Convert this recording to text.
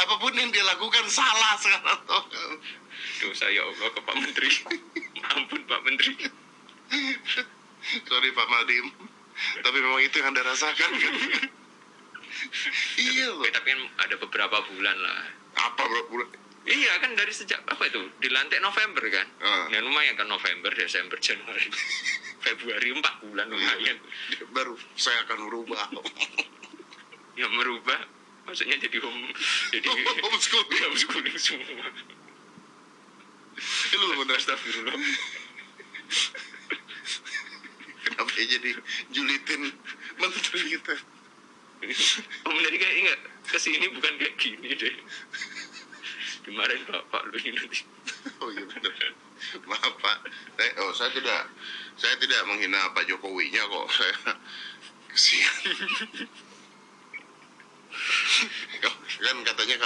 apapun yang dia lakukan salah sekarang Oh, kan. tau nggak? dosa ya Allah ke Pak Menteri ampun Pak Menteri sorry Pak Maldim tapi memang itu yang anda rasakan kan iya loh Eh, tapi kan ada beberapa bulan lah apa bro bro? iya kan dari sejak apa itu dilantik November kan Ah. dan lumayan kan November Desember Januari Februari empat bulan lumayan baru saya akan merubah yang Ya, merubah maksudnya jadi home jadi homeschooling homeschooling semua lu bener astagfirullah kenapa ya jadi julitin menteri kita Om Menteri kayak enggak kesini bukan kayak gini deh kemarin bapak lu ini nanti oh iya bener maaf Pak saya, oh saya tidak saya tidak menghina Pak Jokowinya kok saya kesian kan katanya kalau